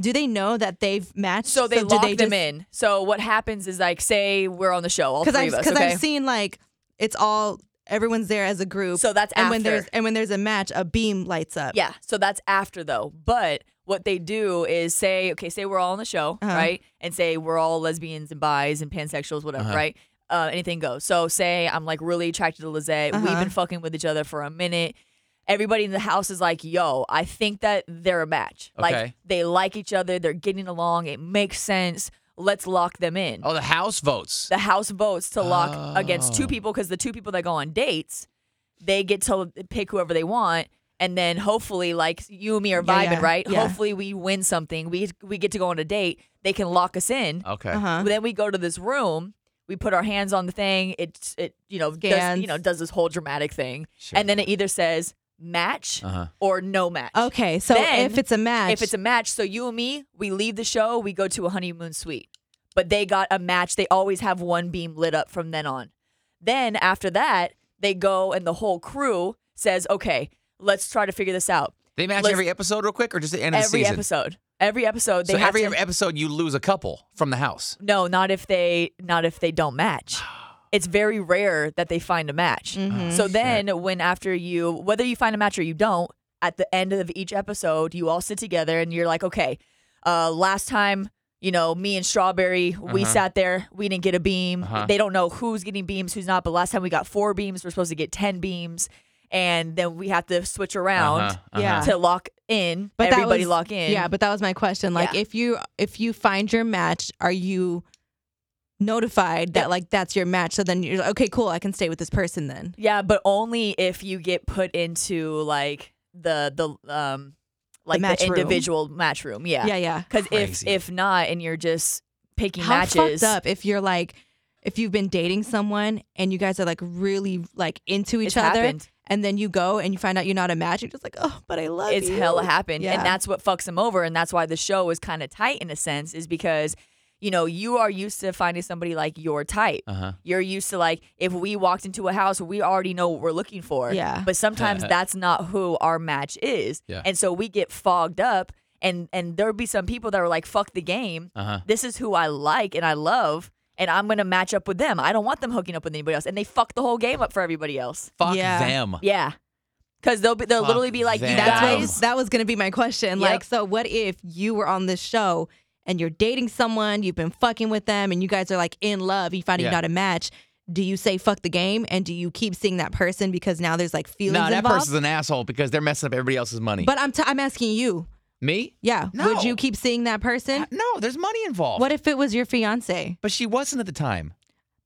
Speaker 4: do they know that they've matched?
Speaker 3: So they
Speaker 4: do
Speaker 3: lock them
Speaker 4: just-
Speaker 3: in. So what happens is like, say we're on the show, all
Speaker 4: because
Speaker 3: three
Speaker 4: I've
Speaker 3: of us.
Speaker 4: because
Speaker 3: Okay.
Speaker 4: I've seen like it's all everyone's there as a group.
Speaker 3: So that's
Speaker 4: and when
Speaker 3: after.
Speaker 4: there's and when there's a match, a beam lights up.
Speaker 3: Yeah. So that's after though. But what they do is say, okay, say we're all on the show,
Speaker 1: Uh-huh.
Speaker 3: right? And say we're all lesbians and bis and pansexuals, whatever,
Speaker 1: Uh-huh.
Speaker 3: right?
Speaker 1: Uh-huh.
Speaker 3: Uh, anything goes. So say I'm like really attracted to Lizette. We've been fucking with each other for a minute. everybody in the house is like, yo, I think that they're a match.
Speaker 1: Okay.
Speaker 3: Like they like each other, they're getting along, it makes sense. Let's lock them in.
Speaker 1: Oh, the House votes.
Speaker 3: The house votes to lock against
Speaker 1: Oh.
Speaker 3: two people because the two people that go on dates, they get to pick whoever they want. And then hopefully, like you and me are
Speaker 4: Yeah,
Speaker 3: vibing,
Speaker 4: yeah,
Speaker 3: right?
Speaker 4: yeah.
Speaker 3: Hopefully, we win something. We we get to go on a date. They can lock us in.
Speaker 1: Okay.
Speaker 4: Uh-huh.
Speaker 3: Then we go to this room. We put our hands on the thing. It it you know does, you
Speaker 4: Scans.
Speaker 3: know does this whole dramatic thing,
Speaker 1: Sure.
Speaker 3: and then it either says match
Speaker 1: Uh-huh.
Speaker 3: or no match.
Speaker 4: Okay, so
Speaker 3: Then,
Speaker 4: if it's a match,
Speaker 3: If it's a match, so you and me, we leave the show. We go to a honeymoon suite, but they got a match. They always have one beam lit up from then on. Then after that, they go and the whole crew says, "Okay, let's try to figure this out."
Speaker 1: They match
Speaker 3: Let's-
Speaker 1: every episode real quick, or just the end of the
Speaker 3: every
Speaker 1: season?
Speaker 3: episode, every episode, they
Speaker 1: so
Speaker 3: have
Speaker 1: every
Speaker 3: to-
Speaker 1: episode you lose a couple from the house.
Speaker 3: No, not if they not if they don't match. It's very rare that they find a match.
Speaker 4: Mm-hmm.
Speaker 3: So then when after you whether you find a match or you don't, at the end of each episode, you all sit together and you're like, "Okay, uh last time you know, me and Strawberry, we sat there. We didn't get a beam. They don't know who's getting beams, who's not. But last time we got four beams. We're supposed to get 10 beams. And then we have to switch around
Speaker 1: Uh-huh,
Speaker 4: Yeah. uh-huh.
Speaker 3: to lock in. everybody
Speaker 4: was,
Speaker 3: lock in.
Speaker 4: Yeah, but that was my question. Like,
Speaker 3: Yeah.
Speaker 4: if you if you find your match, are you notified that like that's your match? So then you're like, okay, cool, I can stay with this person then.
Speaker 3: Yeah, but only if you get put into like the the um like the,
Speaker 4: match room.
Speaker 3: individual match room. Yeah.
Speaker 4: Yeah, yeah.
Speaker 3: Cuz if
Speaker 1: Crazy.
Speaker 3: if not and you're just picking
Speaker 4: How
Speaker 3: matches.
Speaker 4: fucked up if you're like if you've been dating someone and you guys are like really like into each
Speaker 3: It's
Speaker 4: other,
Speaker 3: happened.
Speaker 4: and then you go and you find out you're not a match, you're just like, oh, but I love
Speaker 3: it's
Speaker 4: you.
Speaker 3: hella happened
Speaker 4: Yeah.
Speaker 3: and that's what fucks them over and that's why the show is kind of tight in a sense is because you know you are used to finding somebody like your type
Speaker 1: Uh-huh.
Speaker 3: you're used to like if we walked into a house we already know what we're looking for
Speaker 4: Yeah.
Speaker 3: but sometimes that's not who our match is
Speaker 1: Yeah.
Speaker 3: and so we get fogged up and and there'll be some people that are like fuck the game
Speaker 1: Uh-huh.
Speaker 3: this is who i like and i love and i'm gonna match up with them i don't want them hooking up with anybody else and they fuck the whole game up for everybody else
Speaker 1: Fuck
Speaker 4: Yeah.
Speaker 1: them.
Speaker 3: yeah because they'll be they'll
Speaker 1: Fuck
Speaker 3: literally be like you
Speaker 1: them.
Speaker 4: That's
Speaker 3: guys
Speaker 4: what that was gonna be my question.
Speaker 3: Yep.
Speaker 4: Like, so what if you were on this show and you're dating someone, you've been fucking with them, and you guys are like in love, you find
Speaker 1: Yeah.
Speaker 4: out not a match. Do you say fuck the game and do you keep seeing that person because now there's like feelings
Speaker 1: No, that
Speaker 4: involved?
Speaker 1: person's an asshole because they're messing up everybody else's money.
Speaker 4: but I'm t- I'm asking you,
Speaker 1: me?
Speaker 4: yeah,
Speaker 1: No.
Speaker 4: would you keep seeing that person?
Speaker 1: No, there's money involved.
Speaker 4: What if it was your fiance?
Speaker 1: But she wasn't at the time.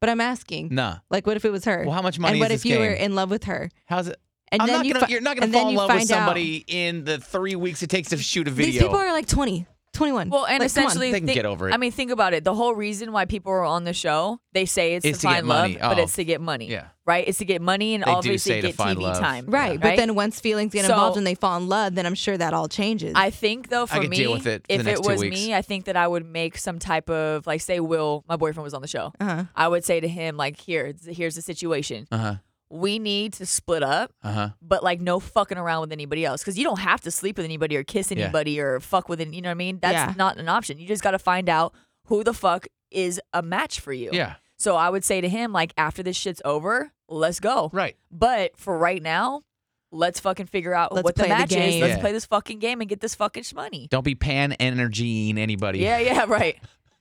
Speaker 4: But I'm asking,
Speaker 1: Nah.
Speaker 4: like, what if it was her?
Speaker 1: Well, how much money
Speaker 4: And
Speaker 1: is
Speaker 4: what
Speaker 1: this
Speaker 4: if you were
Speaker 1: game?
Speaker 4: in love with her?
Speaker 1: How's it?
Speaker 4: And
Speaker 1: I'm
Speaker 4: then
Speaker 1: not
Speaker 4: you
Speaker 1: gonna,
Speaker 4: fi-
Speaker 1: you're not gonna
Speaker 4: and then
Speaker 1: fall in
Speaker 4: you
Speaker 1: love with
Speaker 4: find out.
Speaker 1: somebody in the three weeks it takes to shoot a video.
Speaker 4: These people are like 20, 21.
Speaker 3: Well, and
Speaker 4: Like, come on.
Speaker 3: essentially,
Speaker 1: They can
Speaker 3: thi-
Speaker 1: get over it.
Speaker 3: I mean, think about it. The whole reason why people are on the show, they say it's,
Speaker 1: Is
Speaker 3: to,
Speaker 1: to get
Speaker 3: find
Speaker 1: money.
Speaker 3: love, but
Speaker 1: Oh.
Speaker 3: it's to get money.
Speaker 1: Yeah.
Speaker 3: Right? It's to get money and
Speaker 1: They do say
Speaker 3: obviously
Speaker 1: to
Speaker 3: get
Speaker 1: find
Speaker 3: TV
Speaker 1: love.
Speaker 3: time.
Speaker 4: Right,
Speaker 3: Right?
Speaker 4: but then once feelings get
Speaker 3: So-
Speaker 4: involved and they fall in love, then I'm sure that all changes.
Speaker 3: I think though for
Speaker 1: could
Speaker 3: me,
Speaker 1: deal with it for the
Speaker 3: if
Speaker 1: next
Speaker 3: it
Speaker 1: two
Speaker 3: was
Speaker 1: weeks.
Speaker 3: me, I think that I would make some type of like, say, Will, my boyfriend was on the show.
Speaker 4: Uh-huh.
Speaker 3: I would say to him like, here, here's the situation.
Speaker 1: Uh huh.
Speaker 3: We need to split up.
Speaker 1: Uh huh.
Speaker 3: but like no fucking around with anybody else because you don't have to sleep with anybody or kiss
Speaker 1: Yeah.
Speaker 3: anybody or fuck with any, you know what I mean? That's
Speaker 4: Yeah.
Speaker 3: not an option. You just got to find out who the fuck is a match for you.
Speaker 1: Yeah.
Speaker 3: So I would say to him like after this shit's over, let's go.
Speaker 1: Right.
Speaker 3: But for right now, let's fucking figure out
Speaker 4: Let's
Speaker 3: what the
Speaker 4: play the
Speaker 3: match is.
Speaker 4: game.
Speaker 3: Let's
Speaker 1: Yeah.
Speaker 3: play this fucking game and get this fucking sh- money.
Speaker 1: Don't be pan energying anybody.
Speaker 3: Yeah, yeah, right.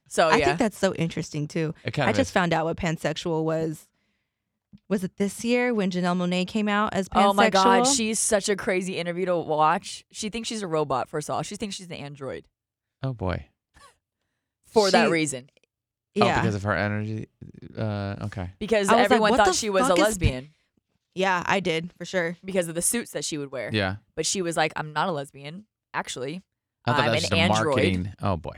Speaker 3: So
Speaker 4: I
Speaker 3: yeah.
Speaker 4: think that's so interesting too.
Speaker 1: Oh, It kind
Speaker 4: I
Speaker 1: of
Speaker 4: just
Speaker 1: is.
Speaker 4: found out what pansexual was. Was it this year when Janelle Monet came out as pansexual?
Speaker 3: Oh my god, she's such a crazy interview to watch. She thinks she's a robot. First of all, she thinks she's an android
Speaker 1: Oh boy.
Speaker 3: for that
Speaker 4: She-
Speaker 3: reason.
Speaker 4: yeah,
Speaker 1: Oh, because of her energy. Uh, okay.
Speaker 3: because
Speaker 4: I was like,
Speaker 3: everyone
Speaker 4: "What
Speaker 3: thought
Speaker 4: the
Speaker 3: she was a
Speaker 4: fuck is pa-
Speaker 3: lesbian
Speaker 4: yeah, I did for sure.
Speaker 3: because of the suits that she would wear.
Speaker 1: Yeah.
Speaker 3: But she was like, I'm not a lesbian, actually.
Speaker 1: I thought
Speaker 3: I'm
Speaker 1: that was
Speaker 3: an
Speaker 1: just a
Speaker 3: android.
Speaker 1: marketing. Oh boy.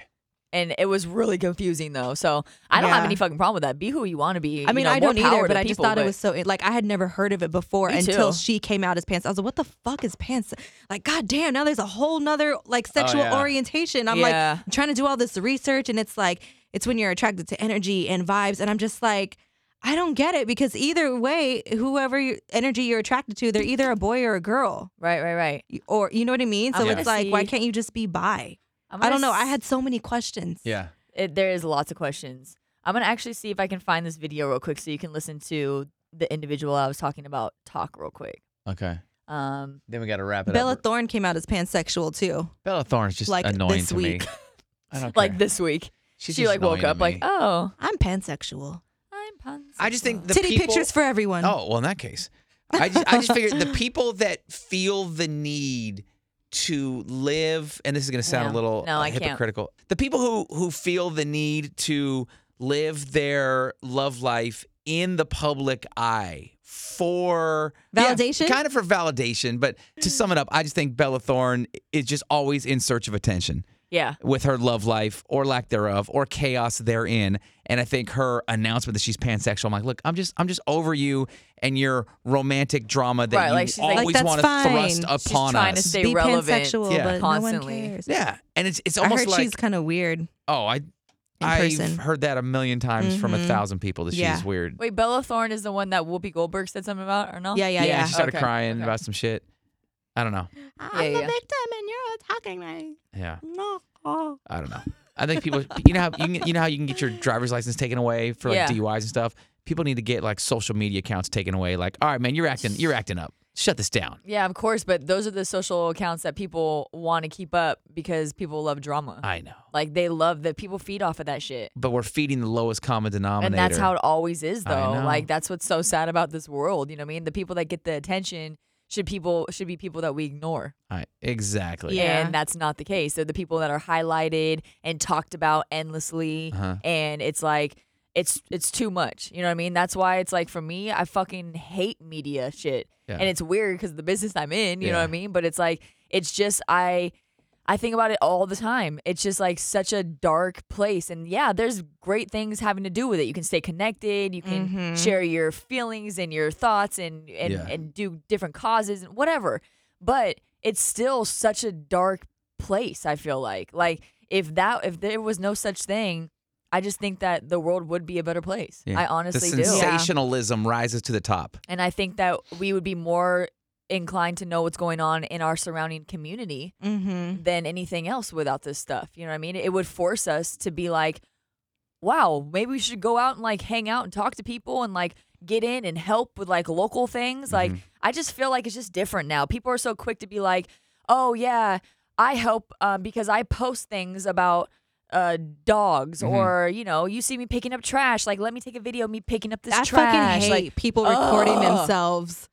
Speaker 3: And it was really confusing though. So I don't have
Speaker 4: Yeah.
Speaker 3: any fucking problem with that. Be who you want to be.
Speaker 4: I mean,
Speaker 3: you know,
Speaker 4: I
Speaker 3: more
Speaker 4: don't
Speaker 3: power
Speaker 4: either,
Speaker 3: to
Speaker 4: but I just
Speaker 3: people,
Speaker 4: thought it
Speaker 3: but-
Speaker 4: was so like I had never heard of it before
Speaker 3: Me
Speaker 4: until
Speaker 3: too.
Speaker 4: she came out as pants. I was like, what the fuck is pants? Like, god damn, now there's a whole nother like sexual
Speaker 1: Oh, yeah.
Speaker 4: orientation. I'm
Speaker 3: Yeah.
Speaker 4: like trying to do all this research, and it's like it's when you're attracted to energy and vibes, and I'm just like. I don't get it because either way, whoever you- energy you're attracted to, they're either a boy or a girl,
Speaker 3: right, right, right.
Speaker 4: or you know what I mean. So
Speaker 3: I'm
Speaker 4: it's
Speaker 3: gonna
Speaker 4: like, why
Speaker 3: see-
Speaker 4: can't you just be bi?
Speaker 3: I'm
Speaker 4: I
Speaker 3: gonna
Speaker 4: don't know. I
Speaker 3: s-
Speaker 4: had so many questions.
Speaker 1: Yeah.
Speaker 3: it, there is lots of questions. I'm gonna actually see if I can find this video real quick so you can listen to the individual I was talking about talk real quick.
Speaker 1: Okay.
Speaker 3: Um,
Speaker 1: Then we got to wrap it
Speaker 4: Bella
Speaker 1: up.
Speaker 4: Thorne came out as pansexual too.
Speaker 1: Bella Thorne's just
Speaker 4: like,
Speaker 1: annoying
Speaker 4: this
Speaker 1: to me.
Speaker 4: week.
Speaker 1: I don't
Speaker 3: like
Speaker 1: care.
Speaker 3: this week,
Speaker 1: She's
Speaker 3: she
Speaker 1: just
Speaker 3: like woke
Speaker 1: annoying to
Speaker 3: up like,
Speaker 1: me.
Speaker 3: oh,
Speaker 4: I'm pansexual.
Speaker 3: I'm pansexual.
Speaker 1: I just think the
Speaker 4: Titty
Speaker 1: people-
Speaker 4: pictures for everyone.
Speaker 1: Oh well, in that case, I just, I just figured the people that feel the need to live, and this is going to sound
Speaker 3: No.
Speaker 1: a little
Speaker 3: No,
Speaker 1: uh,
Speaker 3: I can't.
Speaker 1: hypocritical. The people who who feel the need to live their love life in the public eye for yeah,
Speaker 4: Validation?
Speaker 1: kind of for validation. But to sum it up, I just think Bella Thorne is just always in search of attention
Speaker 3: Yeah.
Speaker 1: with her love life or lack thereof or chaos therein and i think her announcement that she's pansexual i'm like look i'm just i'm just over you and your romantic drama that
Speaker 3: Right,
Speaker 1: you
Speaker 3: like she's like- Like,
Speaker 1: always
Speaker 4: that's
Speaker 1: want to
Speaker 4: fine.
Speaker 1: thrust
Speaker 4: She's
Speaker 3: She's
Speaker 1: upon
Speaker 3: trying
Speaker 1: us
Speaker 3: to stay
Speaker 4: Be
Speaker 3: relevant.
Speaker 4: pansexual,
Speaker 1: Yeah.
Speaker 4: but no
Speaker 3: Constantly.
Speaker 4: one cares.
Speaker 1: yeah and it's it's
Speaker 4: I
Speaker 1: almost
Speaker 4: heard
Speaker 1: like
Speaker 4: she's kind of weird.
Speaker 1: oh i i've
Speaker 4: person.
Speaker 1: heard that a million times from a
Speaker 4: Mhm.
Speaker 1: thousand people that
Speaker 4: Yeah.
Speaker 1: she's weird
Speaker 3: Wait, Bella Thorne is the one that Whoopi Goldberg said something about, or no?
Speaker 4: Yeah, Uh-huh. yeah, yeah.
Speaker 1: she started
Speaker 3: Okay,
Speaker 1: crying
Speaker 3: okay.
Speaker 1: about some shit i don't know
Speaker 3: I'm yeah, yeah.
Speaker 1: yeah i don't know i think people you know how you, can, you know how you can get your driver's license taken away for like
Speaker 3: Yeah.
Speaker 1: duis and stuff people need to get like social media accounts taken away like all right man you're acting you're acting up shut this down
Speaker 3: Yeah, of course, but those are the social accounts that people want to keep up because people love drama.
Speaker 1: I know.
Speaker 3: like they love that people feed off of that shit.
Speaker 1: But we're feeding the lowest common denominator.
Speaker 3: And that's how it always is
Speaker 1: I
Speaker 3: though.
Speaker 1: know.
Speaker 3: Like that's what's so sad about this world, you know what I mean? The people that get the attention should people should be people that we ignore.
Speaker 1: I, exactly.
Speaker 4: Yeah.
Speaker 3: And that's not the case. They're the people that are highlighted and talked about endlessly
Speaker 1: Uh-huh.
Speaker 3: and it's like it's it's too much. You know what I mean? That's why it's like for me, I fucking hate media shit.
Speaker 1: Yeah.
Speaker 3: And it's weird cuz the business I'm in, you know
Speaker 1: Yeah.
Speaker 3: what I mean? But it's like it's just I I think about it all the time. It's just like such a dark place. And yeah, there's great things having to do with it. You can stay connected, you can share your feelings and your thoughts and and,
Speaker 1: Mm-hmm. Yeah.
Speaker 3: and do different causes and whatever. But it's still such a dark place, I feel like. Like if that if there was no such thing, I just think that the world would be a better place.
Speaker 1: Yeah.
Speaker 3: I honestly
Speaker 1: the
Speaker 3: do.
Speaker 1: sensationalism rises to the top.
Speaker 3: And I think that we would be more inclined to know what's going on in our surrounding community
Speaker 4: Mm-hmm.
Speaker 3: than anything else without this stuff. You know what I mean? It would force us to be like, wow, maybe we should go out and like hang out and talk to people and like get in and help with like local things. Like,
Speaker 4: Mm-hmm.
Speaker 3: I just feel like it's just different now. People are so quick to be like, oh, yeah, I help um, because I post things about. Uh, dogs,
Speaker 4: Mm-hmm.
Speaker 3: or you know, you see me picking up trash. Like, let me take a video of me picking up this
Speaker 4: I
Speaker 3: trash.
Speaker 4: fucking hate
Speaker 3: like,
Speaker 4: people recording
Speaker 3: ugh.
Speaker 4: themselves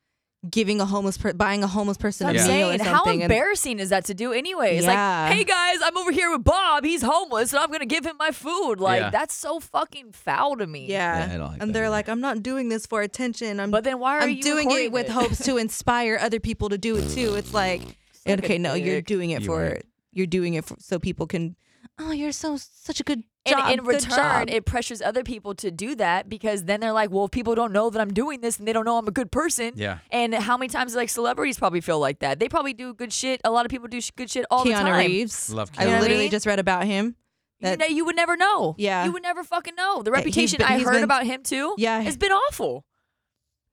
Speaker 4: giving a homeless per- buying a homeless person a
Speaker 3: I'm
Speaker 4: meal
Speaker 3: saying,
Speaker 4: or
Speaker 3: how
Speaker 4: something. and-
Speaker 3: embarrassing is that to do anyway? It's
Speaker 4: Yeah.
Speaker 3: like, hey guys, I'm over here with Bob. He's homeless, and I'm gonna give him my food. Like
Speaker 1: Yeah.
Speaker 3: that's so fucking foul to me.
Speaker 4: yeah,
Speaker 1: Yeah, I don't like that
Speaker 4: and they're
Speaker 1: either.
Speaker 4: like, I'm not doing this for attention. I'm
Speaker 3: But then why are
Speaker 4: I'm
Speaker 3: you
Speaker 4: doing
Speaker 3: recording
Speaker 4: it with
Speaker 3: it?
Speaker 4: hopes to inspire other people to do it too. It's like,
Speaker 3: Suck
Speaker 4: okay,
Speaker 3: a
Speaker 4: no, you're
Speaker 3: dick.
Speaker 4: doing it
Speaker 1: You
Speaker 4: for
Speaker 1: right.
Speaker 4: you're doing it for, so people can. Oh, you're so such a good
Speaker 3: And
Speaker 4: job.
Speaker 3: in
Speaker 4: good
Speaker 3: return,
Speaker 4: job."
Speaker 3: it pressures other people to do that because then they're like, well, if people don't know that I'm doing this and they don't know I'm a good person.
Speaker 1: Yeah.
Speaker 3: And how many times like celebrities probably feel like that? They probably do good shit. A lot of people do sh- good shit all the
Speaker 4: Keanu
Speaker 3: time.
Speaker 4: Reeves.
Speaker 1: Love
Speaker 4: I
Speaker 1: Keanu
Speaker 4: literally
Speaker 3: Reeves.
Speaker 4: just read about him.
Speaker 3: You
Speaker 4: That
Speaker 3: know, you would never know.
Speaker 4: Yeah.
Speaker 3: You would never fucking know. The
Speaker 4: Yeah, he's
Speaker 3: reputation
Speaker 4: been-
Speaker 3: I
Speaker 4: he's
Speaker 3: heard
Speaker 4: been-
Speaker 3: about him too.
Speaker 4: Yeah.
Speaker 3: It's been awful.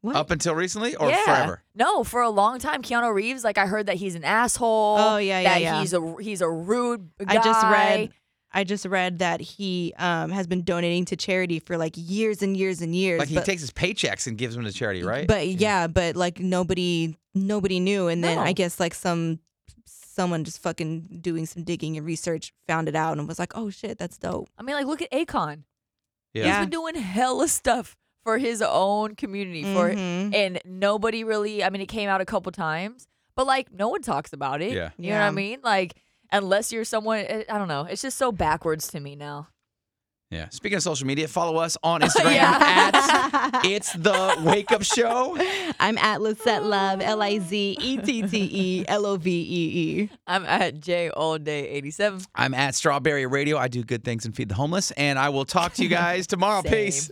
Speaker 4: what?
Speaker 1: Up until recently or
Speaker 3: yeah.
Speaker 1: forever?
Speaker 3: No, for a long time, Keanu Reeves. Like I heard that he's an asshole.
Speaker 4: Oh, yeah, yeah,
Speaker 3: that
Speaker 4: yeah.
Speaker 3: He's a he's a rude guy.
Speaker 4: I just read I just read that he um, has been donating to charity for like years and years and years.
Speaker 1: Like he
Speaker 4: but,
Speaker 1: takes his paychecks and gives them to charity, right?
Speaker 4: but yeah. but like nobody nobody knew and then
Speaker 3: No.
Speaker 4: I guess like some someone just fucking doing some digging and research found it out and was like, "Oh shit, that's dope."
Speaker 3: I mean, like look at Akon.
Speaker 1: yeah.
Speaker 3: He's been doing hella stuff for his own community for,
Speaker 4: Mhm.
Speaker 3: and nobody really. I mean, it came out a couple times, but like no one talks about it.
Speaker 1: Yeah.
Speaker 3: you know what I
Speaker 4: Yeah.
Speaker 3: mean. Like unless you're someone, eh, I I don't know. It's just so backwards to me now.
Speaker 1: Yeah. Speaking of social media, follow us on Instagram
Speaker 3: Yeah.
Speaker 1: at It's the Wake Up Show.
Speaker 4: I'm at Lisette Love, L I Z E T T E L O V E E.
Speaker 3: I'm at J all day eighty seven.
Speaker 1: I'm at Strawberry Radio. I do good things and feed the homeless. And I will talk to you guys tomorrow. Peace.